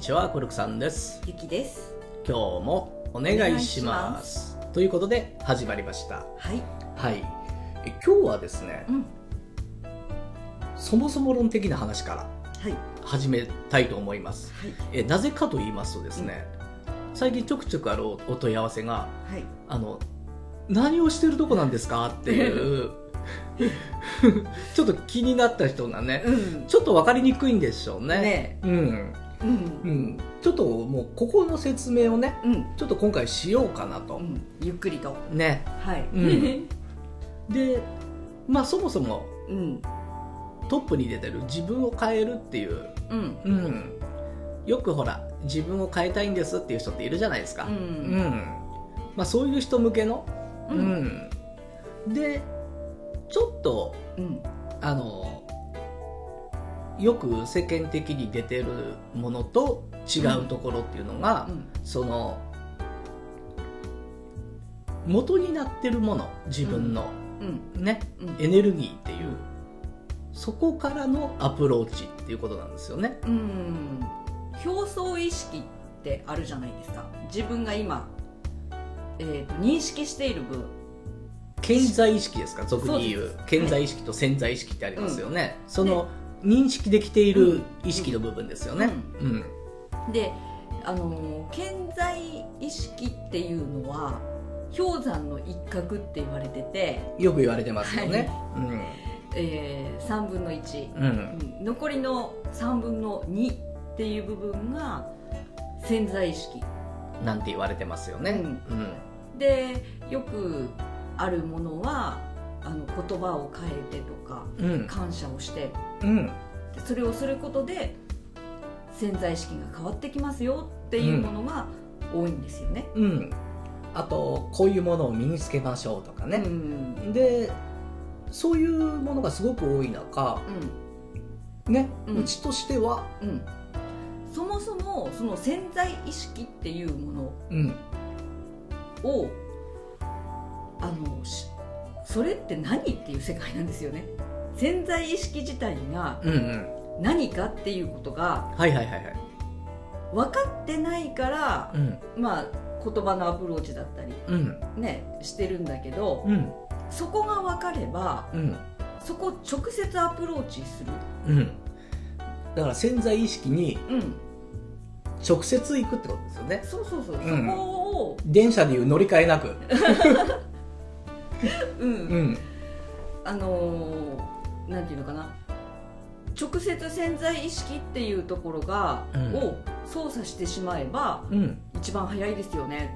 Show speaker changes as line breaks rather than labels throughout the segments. ちはコルクさんです
ゆきです
今日もお願いしますということで始まりました
はい
はいえ今日はですね
うん
そもそも論的な話から
はいは
始めたいと思います
い
えなぜかと言いますとですね、最近ちょくちょくあるおお問い合わせが
はい
あの何をしてるとこなんですかって いうちょっと気になった人がね
うん
ちょっと分かりにくいんでしょうね
ね
うん
うん
うん、ちょっともうここの説明をね
うん
ちょっと今回しようかなと、
うんゆっくりと
ね
はい
うんでまあそもそも
うん
トップに出てる自分を変えるっていう、
うん
うん、よくほら自分を変えたいんですっていう人っているじゃないですか、
う
うん
ん
まあ、そういう人向けの、
う
うんんでちょっと
うん
あのよく世間的に出てるものと違うところっていうのが、
うん
その元になってるもの自分の、
うん
ね
うん
エネルギーっていうそこからのアプローチっていうことなんですよね
うん表層意識ってあるじゃないですか自分が今えーと認識している分
健在意識ですか俗に言
そう
う
です
健在意識と潜在意識ってありますよね、そ
ね
の認識できていうる
ん
意識の部分ですよねうん
であのー健在意識っていうのは氷山の一角って言われてて、
よく言われてますよね、
えー3分の1
うんうん
うん残りの3分の2っていう部分が潜在意識
なんて言われてますよねうん、
でよくあるものはあの言葉を変えてとか
うん
感謝をして
うん
それをすることで潜在意識が変わってきますよっていうものが多いんですよね。
うんあとこういうものを身につけましょうとかね、
うん
でそういうものがすごく多い中ね、
う
うんちとしては、
うんうんそもそもその潜在意識っていうもの
うん、
をあのしそれって何っていう世界なんですよね潜在意識自体が
うんうん
何かっていうことが
はいはいはいはい、
分かってないから
う、ん
まあ、言葉のアプローチだったり、
うん
ね、してるんだけど
うん
そこが分かれば
うん
そこを直接アプローチする、
うんだから潜在意識に
うん、
直接行くってことですよね
そうそうそう、
うん
そこを、
電車でいう乗り換えなく、
う
う
ん
ん、
あのーなんていうのかな直接潜在意識っていうところが、
うん
を操作してしまえば
うん、
一番早いですよね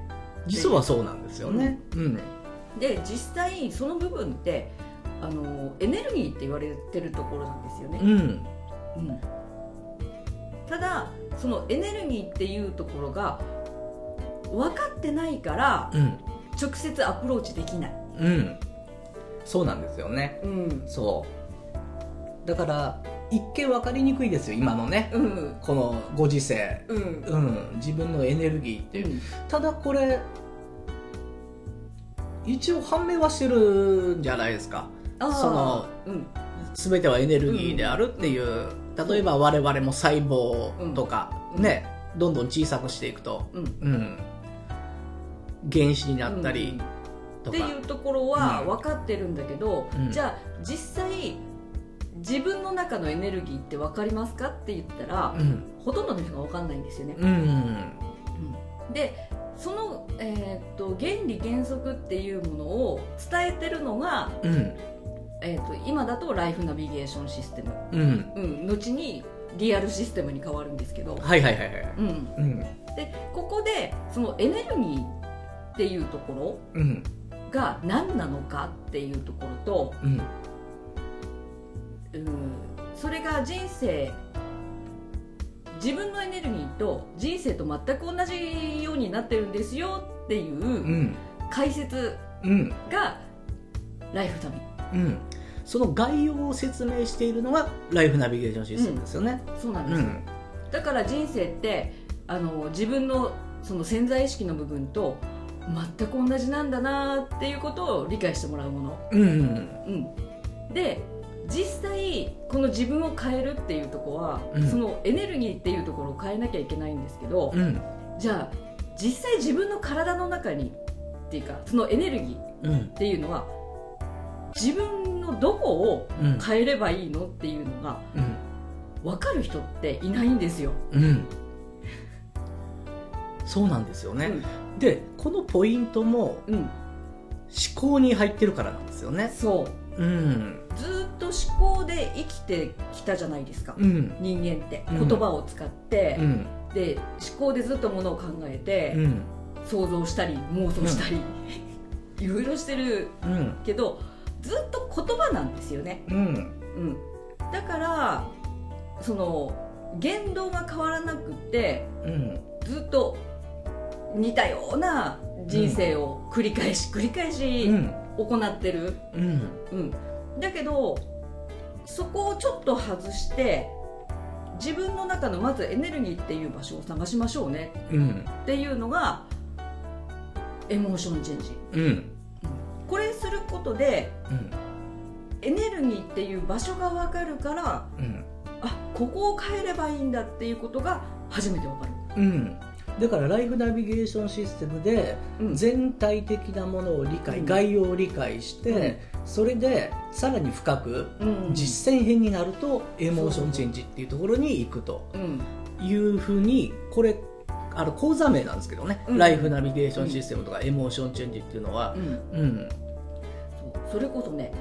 実はそうなんですよねうん
で実際その部分ってあのエネルギーって言われてるところなんですよ
う
ね、
ん
うんただそのエネルギーっていうところが分かってないから
うん
直接アプローチできない、
うんそうなんですよね
うん
そうだから一見分かりにくいですよ今のね
うん
このご時世
うん
うん自分のエネルギーっていうう、
ん
ただこれ一応判明はしてるんじゃないですか
あー
その
うん
全てはエネルギーであるっていう、例えば我々も細胞とか、
うん
ねどんどん小さくしていくと、
うん
うん、原子になったりと
っ
か、
ていうところは
うん
分かってるんだけど、
うん
じゃあ実際自分の中のエネルギーって分かりますかって言ったら、
うん
ほとんどの人が分かんないんですよね、
うん
でその、えーっと原理原則っていうものを伝えてるのが、
うん
えーっと今だとライフナビゲーションシステム、
うん
うん、後にリアルシステムに変わるんですけど、
はいはいはいはい
うん、
うん
でここでそのエネルギーっていうとこ
うん
ろが何なのかっていうところと、
うん
うんそれが人生自分のエネルギーと人生と全く同じようになってるんですよっていううん解説
うん
がライフナビ
うん、その概要を説明しているのがライフナビゲーションシステムですよね。
そう
う
な
んん、
で
う
す、
ん、
だから人生ってあの自分のその潜在意識の部分と全く同じなんだなっていうことを理解してもらうもの、
うん、
うん、で実際この自分を変えるっていうとこは、
うん
そのエネルギーっていうところを変えなきゃいけないんですけど、
うん
じゃあ実際自分の体の中にっていうかそのエネルギーっ
うん
ていうのは自分のどこを
うん
変えればいいのっていうのが
うん
分かる人っていないんですよ。
うんそうなんですよね、でこのポイントも
うん、うん、
思考に入ってるからなんですよね
そう
うん
ずーっと思考で生きてきたじゃないですか、
うん
人間って
うん
言葉を使って
う、ん
で思考でずっとものを考えて、
うん
想像したり妄想したり、 いろいろしてる
うん
けどずっと言葉なんですよね、
うん
うん、だからその言動が変わらなくって
うん
ずっと似たような人生を繰り返し繰り返し
うん
行ってる、
うん
うん、だけどそこをちょっと外して自分の中のまずエネルギーっていう場所を探しましょうね
うん
っていうのがエモーションチェンジ
うん
これすることでエネルギーっていう場所が分かるから
うん
あここを変えればいいんだっていうことが初めて分かる、
うんだからライフナビゲーションシステムで
うん
全体的なものを理解、
うん
概要を理解して、それでさらに深く
うん
実践編になるとエモーションチェンジっていうところに行くと
うん
いうふうにこれあの講座名なんですけどね、
うん
ライフナビゲーションシステムとかエモーションチェンジっていうのは
う、ん
うん
そうそれこそね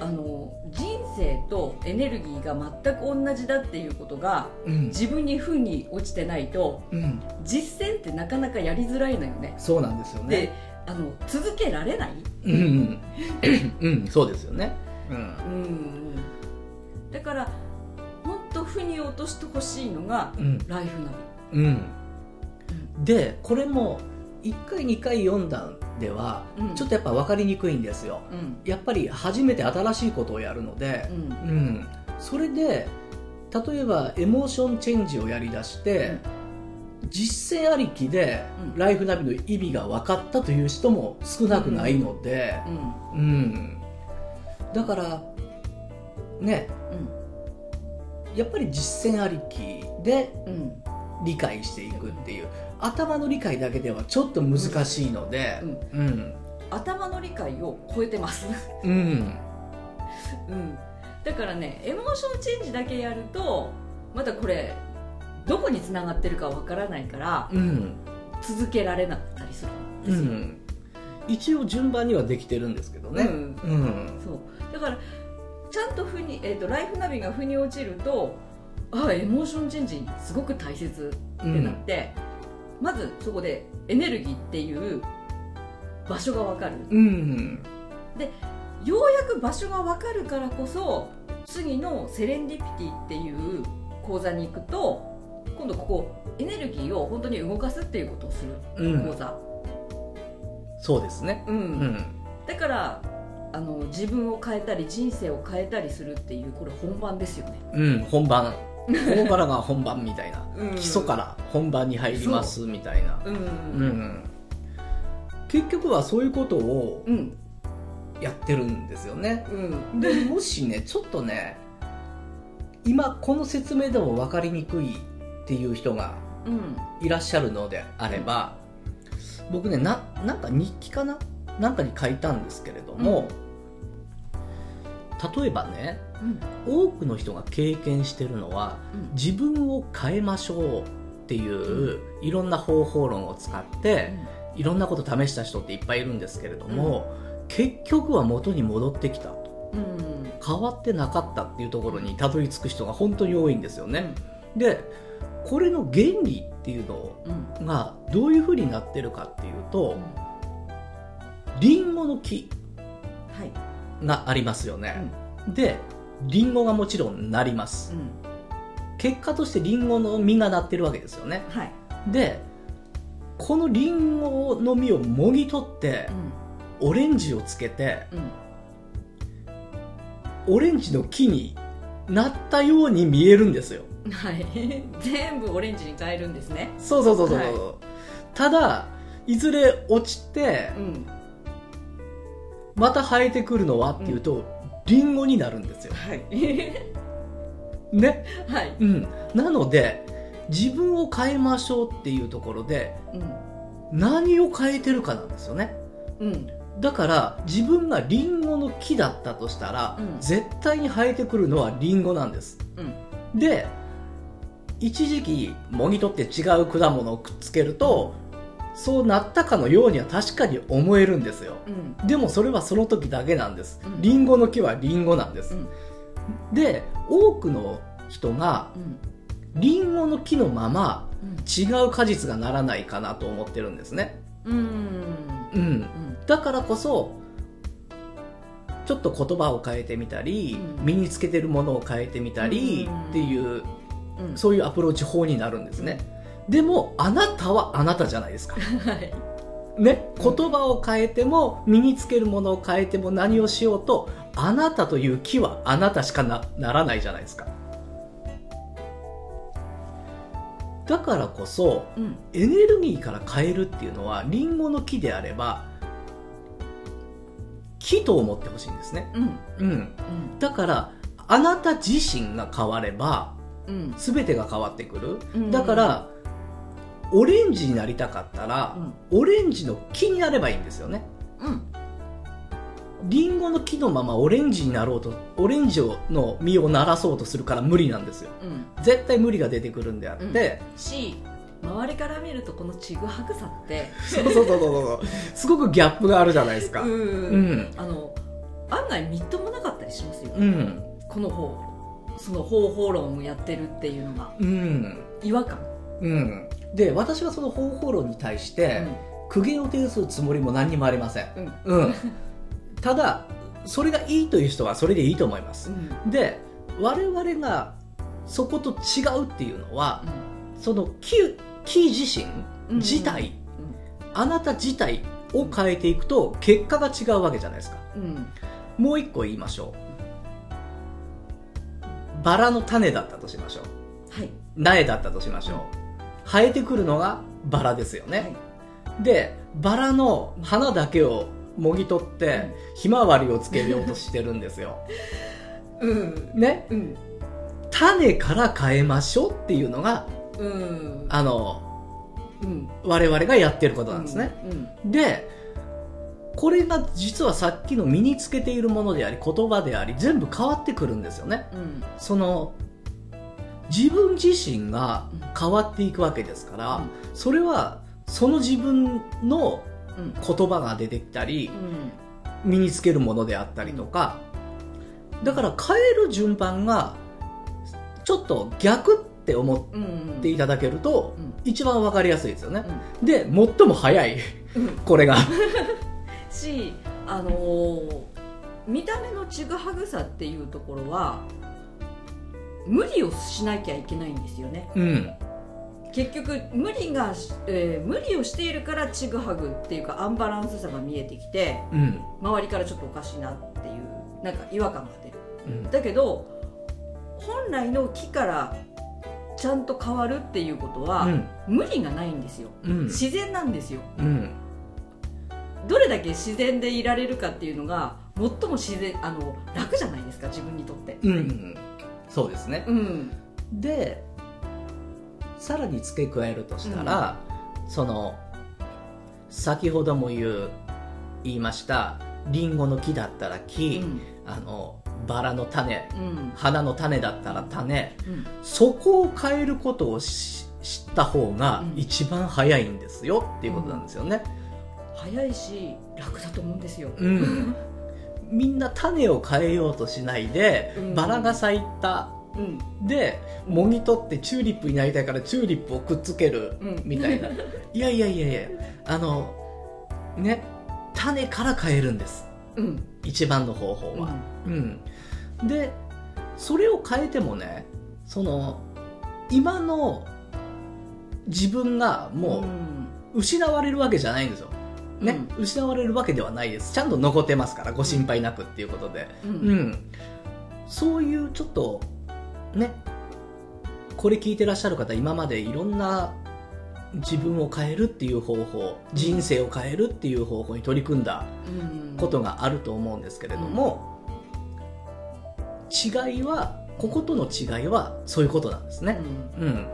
あの人生とエネルギーが全く同じだっていうことが
うん
自分に負に落ちてないと
うん
実践ってなかなかやりづらいのよね
そうなんですよ
で
ね。
あの続けられない、
うん、うんうんそうですよね。うん
うん、だからもっと負に落としてほしいのが
うん
ライフナ
うん、でこれも1回2回読んだんでは
ビ、うん、
ちょっとやっぱ分かりにくいんですよ
うん
やっぱり初めて新しいことをやるので
う、ん
うん、それで例えばエモーションチェンジをやりだして、実践ありきで
うん
ライフナビの意味が分かったという人も少なくないので、
うん
うんだからね
うん
やっぱり実践ありきで
うん
理解していくっていう頭の理解だけではちょっと難しいので
うん
うん
頭の理解を超えてます、
うん
うん、だからねエモーションチェンジだけやるとまたこれどこにつながってるかわからないから
うん
続けられなかったりするん
う
ですよ、
ん一応順番にはできてるんですけどね
うん
うん
そうだからちゃんと負に、えー、とライフナビが負に落ちるとあエモーションチェンジすごく大切
う
ってなっ
ん
て、まずそこでエネルギーっていう場所が分かる
うん
ようやく場所が分かるからこそ次のセレンディピティっていう講座に行くと今度ここエネルギーを本当に動かすっていうことをする
うん
講座、
そうですね
うん
うん
だからあの自分を変えたり人生を変えたりするっていうこれ本番ですよね、
うん本番ここからが本番みたいな基礎
ら
から本番に入りますみたいな
うん
うん結局はそういうことを
うん
やってるんですよね
うん
でもしねちょっとね今この説明でも分かりにくいっていう人が
うん
いらっしゃるのであれば僕ねななんか日記かななんかに書いたんですけれども、例えばね
うん
多くの人が経験してるのは
うん
自分を変えましょうっていういろんな方法論を使っていろんなこと試した人っていっぱいいるんですけれども、結局は元に戻ってきたと。
うん
変わってなかったっていうところにたどり着く人が本当に多いんですよね。でこれの原理っていうの
うん
がどういうふうになってるかっていうと
うんは
リンゴの木
い
がありますよね。でリンゴがもちろんなります
う。ん
結果としてリンゴの実がなってるわけですよね。
はい
でこのリンゴの実をもぎ取って
うん
オレンジをつけて
うん
オレンジの木になったように見えるんですよ。
はい全部オレンジに変えるんですね
そうそうそうそう、
はい
ただいずれ落ちて
うん
また生えてくるのはっていうと、リンゴになるんですよ
はい
ね
はい、
うんなので自分を変えましょうっていうところで何を変えてるかなんですよね
うんうん、
だから自分がリンゴの木だったとしたら、
うん
絶対に生えてくるのはリンゴなんです、で一時期藻にとって違う果物をくっつけるとそうなったかのようには確かに思えるんですよ
うん
でもそれはその時だけなんです
うん
リンゴの木はリンゴなんです、
うん
で多くの人が
うん
リンゴの木のまま違う果実がならないかなと思ってるんですね
うんうん
うん
うん
だからこそちょっと言葉を変えてみたり、
うん
身につけてるものを変えてみたり
うん
っていう、
うん
そういうアプローチ法になるんですね、でもあなたはあなたじゃないですか
はい
ね言葉を変えても身につけるものを変えても何をしようとあなたという木はあなたしかなならないじゃないですかだからこそ
うん
エネルギーから変えるっていうのはリンゴの木であれば木と思ってほしいんですね、
うん
うん、だからあなた自身が変われば
うん
全てが変わってくる
うん
だからオレンジになりたかったら
うん
オレンジの木になればいいんですよね
うん
リンゴの木のままオレンジになろうとオレンジの実をならそうとするから無理なんですよ
うん
絶対無理が出てくるんであって、
し周りから見るとこのちぐはぐさって
そうそうそうそうそうすごくギャップがあるじゃないですか
うん
うん
あの案外みっともなかったりしますよ、
うん
この方その方法論をやってるっていうのが
うん
違和感、
うんで私はその方法論に対して、苦言を呈するつもりも何にもありません、
うん
うん、ただそれがいいという人はそれでいいと思います
うん
で我々がそこと違うっていうのはその木木自身自体、あなた自体を変えていくと結果が違うわけじゃないですか
うんうん
もう一個言いましょうバラの種だったとしましょう
はい
苗だったとしましょう生えてくるのがバラですよね、
はい
でバラの花だけをもぎ取ってひまわりをつけようとしてるんです よ
うん
ね
うん
種から変えましょうっていうのが
うん
あの
うん
我々がやってることなんですね、
うん
でこれが実はさっきの身につけているものであり言葉であり全部変わってくるんですよね
うん
その自分自身が変わっていくわけですから、
うん
それはその自分の
うん
言葉が出てきたり
う、ん
身につけるものであったりとか、だから変える順番がちょっと逆って思
うんうん
っていただけると
うん
一番わかりやすいですよね、で最も早い
うん
これが
しあのー見た目のちぐはぐさっていうところは無理をしなきゃいけないんですよね
うん
結局無理がし、えー無理をしているからちぐはぐっていうかアンバランスさが見えてきて
うん
周りからちょっとおかしいなっていうなんか違和感が出る
うん
だけど本来の木からちゃんと変わるっていうことは、
うん
無理がないんですよ
うん
自然なんですよ
うん
どれだけ自然でいられるかっていうのが最も自然あの楽じゃないですか自分にとって
うんそうですね、
うん
でさらに付け加えるとしたら、その先ほども言う言いましたリンゴの木だったら
う
木、
ん
あのバラの種
うん
花の種だったら種
うん
そこを変えることをし知った方が
うん
一番早いんですよっていうことなんですよね、
早いし楽だと思うんですよ
うんみんな種を変えようとしないで、
うん
バラが咲いた
うん
でもぎ取ってチューリップになりたいからチューリップをくっつける
うん
みたいな、いやいやいやいやあのね種から変えるんです
うん
一番の方法は、うん、でそれを変えてもねその今の自分がも
ん
う失われるわけじゃないんですよ、ね失われるわけではないですちゃんと残ってますからご心配なくっていうことで、
う
うん
ん
そういうちょっとねこれ聞いてらっしゃる方今までいろんな自分を変えるっていう方法人生を変えるっていう方法に取り組んだ
うん
ことがあると思うんですけれども、違いはこことの違いはそういうことなんですね、うん、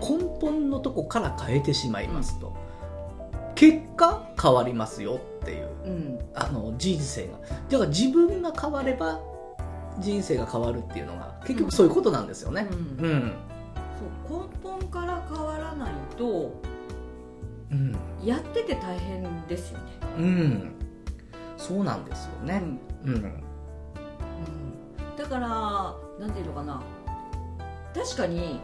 根本のとこから変えてしまいますと、結果変わりますよっていう
うんうん
あの人生がだから自分が変われば人生が変わるっていうのが結局そういうことなんですよね
うん
うん、うん
そう根本から変わらないとやってて大変ですよね、
うんそうなんですよ
う
ね
ん
うん
うんだからなんていうのかな確かに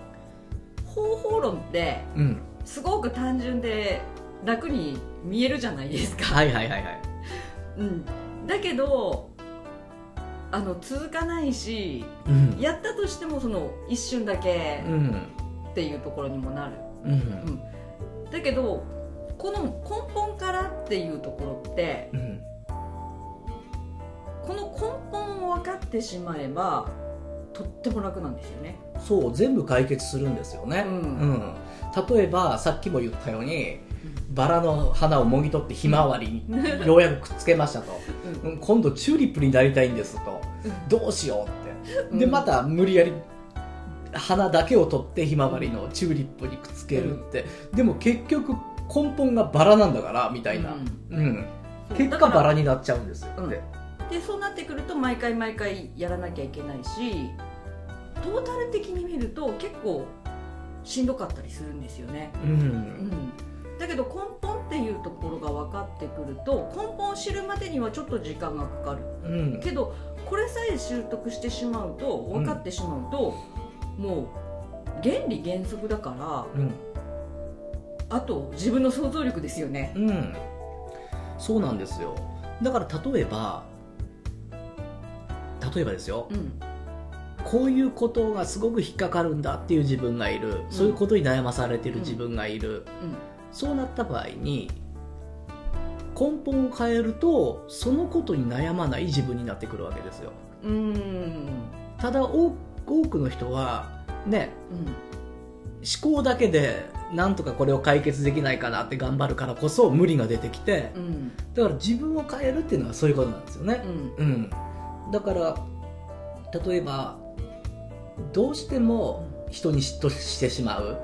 方法論って
うん
すごく単純で楽に見えるじゃないですか、
はいはいはいはい
うん、だけどあの続かないし
うん
やったとしてもその一瞬だけ
うん
っていうところにもなる、
うん
うん、だけどこの根本からっていうところって
うん
この根本を分かってしまえばとっても楽なんですよね、
そう全部解決するんですよね、
うん
うん例えばさっきも言ったようにバラの花をもぎ取ってひまわりにようやくくっつけましたと、うん今度チューリップになりたいんですとどうしようってで
うん
また無理やり花だけを取ってひまわりのチューリップにくっつけるって、でも結局根本がバラなんだからみたいな、
うん
うん
そう
結
だ
果
から
バラになっちゃうんですよ、
うん
で
でそうなってくると毎回毎回やらなきゃいけないしトータル的に見ると結構しんどかったりするんですよね、
う
うんん、だけど根本っていうところが分かってくると根本を知るまでにはちょっと時間がかかる
うん
けどこれさえ習得してしまうと分かってしまうと、もう原理原則だから
うん
あと自分の想像力ですよね
うん、そうなんですよだから例えば例えばですよ、
うん
こういうことがすごく引っかかるんだっていう自分がいるそういうことに悩まされてる自分がいる、そうなった場合に根本を変えるとそのことに悩まない自分になってくるわけですよ
うんうん
ただ多多くの人はね
うん
思考だけでなんとかこれを解決できないかなって頑張るからこそ無理が出てきて
うん
だから自分を変えるっていうのはそういうことなんですよね、
うん
うん、だから例えばどうしても人に嫉妬してしまう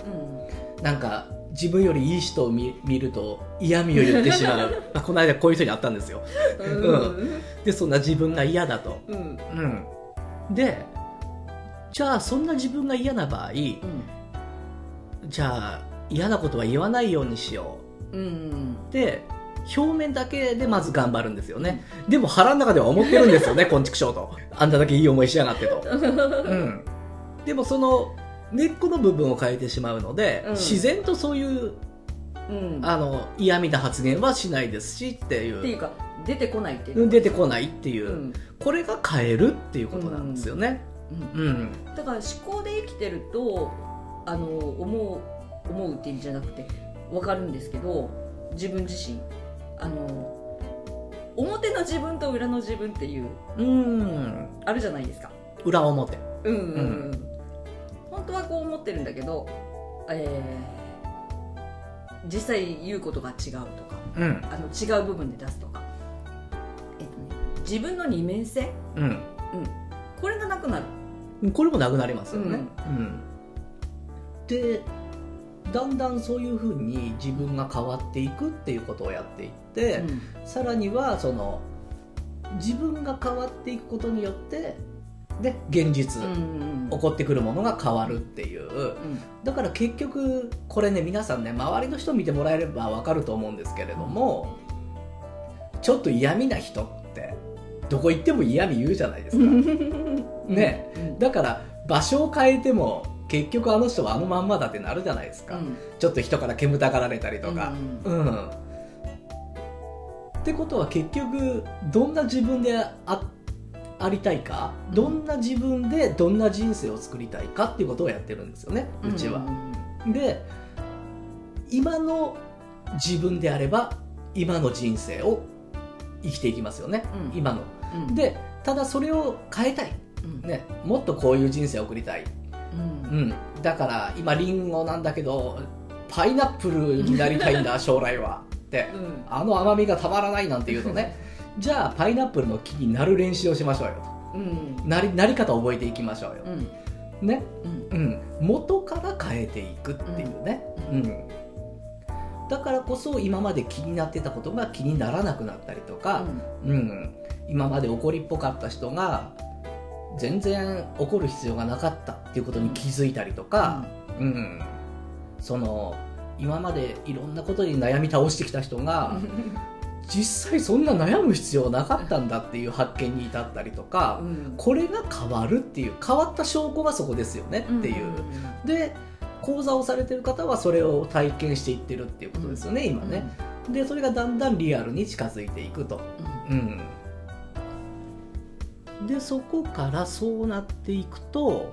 うん
なんか自分よりいい人を見見ると嫌味を言ってしまうまあこの間こういう人に会ったんですよ
うん
でそんな自分が嫌だと、
うん
うん、でじゃあそんな自分が嫌な場合じゃあ嫌なことは言わないようにしよ
うん
うで表面だけでまず頑張るんですよね、でも腹の中では思ってるんですよねこんちくしょうとあんただけいい思いしやがってとうん、でもその根っこの部分を変えてしまうので、
うん
自然とそういう
うん
あの嫌味な発言はしないですしってい
っていううか出てこないっていううん
出てこないっていうう、
ん
これが変えるっていうことなんですよね。
うん
うん
だから思考で生きてるとあの思う思うって意味じゃなくて分かるんですけど自分自身あの表の自分と裏の自分っていう
うん
あるじゃないですか
裏表
うんうんうん、本当はこう思ってるんだけど、えー実際言うことが違うとか
うん
あの違う部分で出すとか、えっとね、自分の二面性これがなくなる、
うん、これもなくなりますよね。うんでだんだんそういうふうに自分が変わっていくっていうことをやっていって、さらにはその自分が変わっていくことによってで現実、
うんうん
起こってくるものが変わるっていう
うん
だから結局これね皆さんね周りの人見てもらえればわかると思うんですけれどもちょっと嫌味な人ってどこ行っても嫌味言うじゃない ですか、ね
うん
だから場所を変えても結局あの人はあのまんまだってなるじゃないですか、
うん
ちょっと人から煙たがられたりとか
う、ん
うん。ってことは結局どんな自分であありたいかどんな自分でどんな人生を作りたいかっていうことをやってるんですよねうちは。で今の自分であれば今の人生を生きていきますよね、
うん
今の。
うん、
でただそれを変えたい、
うん
ね、もっとこういう人生を送りたい
うん
うん、だから今リンゴなんだけどパイナップルになりたいん だ将来はって
うん
あの甘みがたまらないなんて言うとねじゃあパイナップルの木になる練習をしましょうよ
うん
なりなり方を覚えていきましょうよ
う、ん
ね、
うん
うん、元から変えていくっていうね、
うん
うんだからこそ今まで気になってたことが気にならなくなったりとか、うん、今まで怒りっぽかった人が全然怒る必要がなかったっていうことに気づいたりとか、うんその今までいろんなことに悩み倒してきた人が、実際そんな悩む必要なかったんだっていう発見に至ったりとか、
うん
これが変わるっていう変わった証拠がそこですよねっていう。で講座をされてる方はそれを体験していってるっていうことですよね、今ね。でそれがだんだんリアルに近づいていくと。うん、でそこからそうなっていくと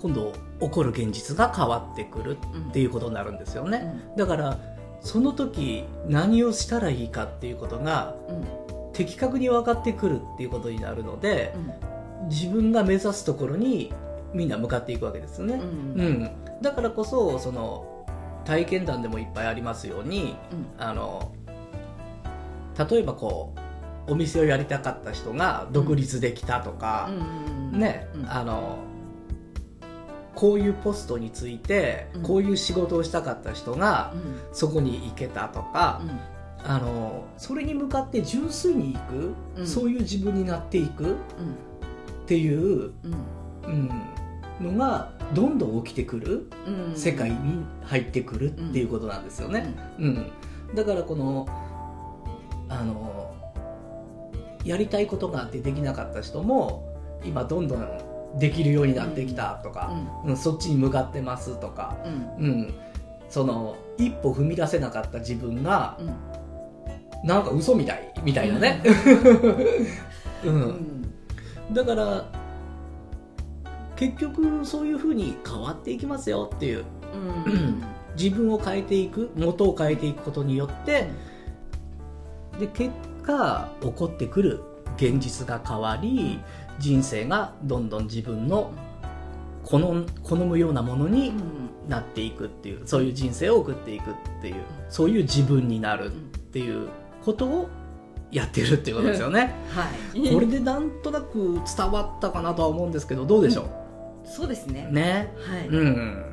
今度起こる現実が変わってくるっていうことになるんですよねだからその時何をしたらいいかっていうことが的確に分かってくるっていうことになるので自分が目指すところにみんな向かっていくわけですよね、うん、だからこそその体験談でもいっぱいありますようにあの例えばこうお店をやりたかった人が独立できたとか、ね、あのこういうポストについて、
うん
こういう仕事をしたかった人が、そこに行けたとか、あのそれに向かって純粋に行く、
うん
そういう自分になっていくっていう、うん、のがどんどん起きてくる、世界に入ってくるっていうことなんですよね。うん、だからこのあのやりたいことがあってできなかった人も今どんどんできるようになってきたとか、うんそっちに向かってますとか、うん、その一歩踏み出せなかった自分がなんか嘘みたいみたいなね、 うん、だから結局そういうふうに変わっていきますよっていう自分を変えていく元を変えていくことによってで結果起こってくる現実が変わり人生がどんどん自分の好ん好むようなものになっていくっていうそういう人生を送っていくっていうそういう自分になるっていうことをやってるっていうことですよね。これでなんとなく伝わったかなとは思うんですけどどうでしょ
そうですね
うね。
はい
うん。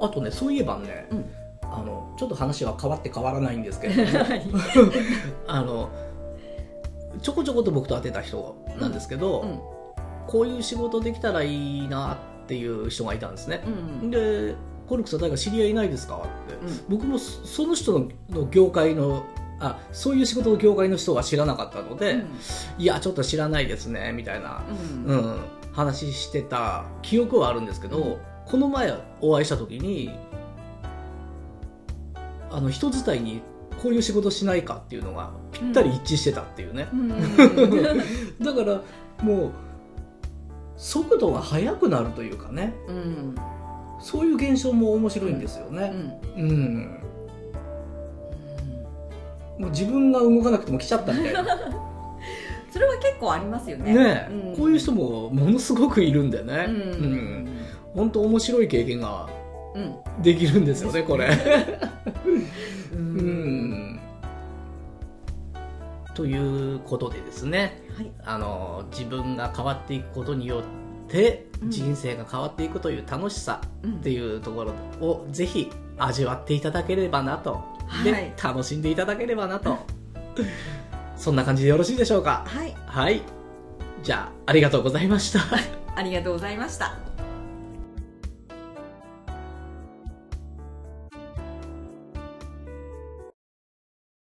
あとねそういえばね、
うん
あのちょっと話は変わって変わらないんですけど あのちょこちょこと僕と会ってた人なんですけど、こういう仕事できたらいいなっていう人がいたんですね、で「コルクさん誰か知り合いいないですか?」って、
うん
僕もそその人のの業界のあそういう仕事の業界の人は知らなかったので「いやちょっと知らないですね」みたいな、うん、話してた記憶はあるんですけど、
うん
この前お会いした時にあの人伝いにこういう仕事しないかっていうのがぴったり一致してたっていうね、だからもう速度が速くなるというかねそういう現象も面白いんですよねうん、もう自分が動かなくても来ちゃったみたいな
それは結構ありますよね。
ね、
うん
こういう人もものすごくいるんだよねう
う
んん、本当面白い経験が
うん
できるんですよねこれ
う
うんんということでですね
はい
あの自分が変わっていくことによって
うん
人生が変わっていくという楽しさ
うん
っていうところをぜひ味わっていただければなと、
は
で
い
楽しんでいただければなとそんな感じでよろしいでしょうか
はい
はいじゃあありがとうございました
ありがとうございました。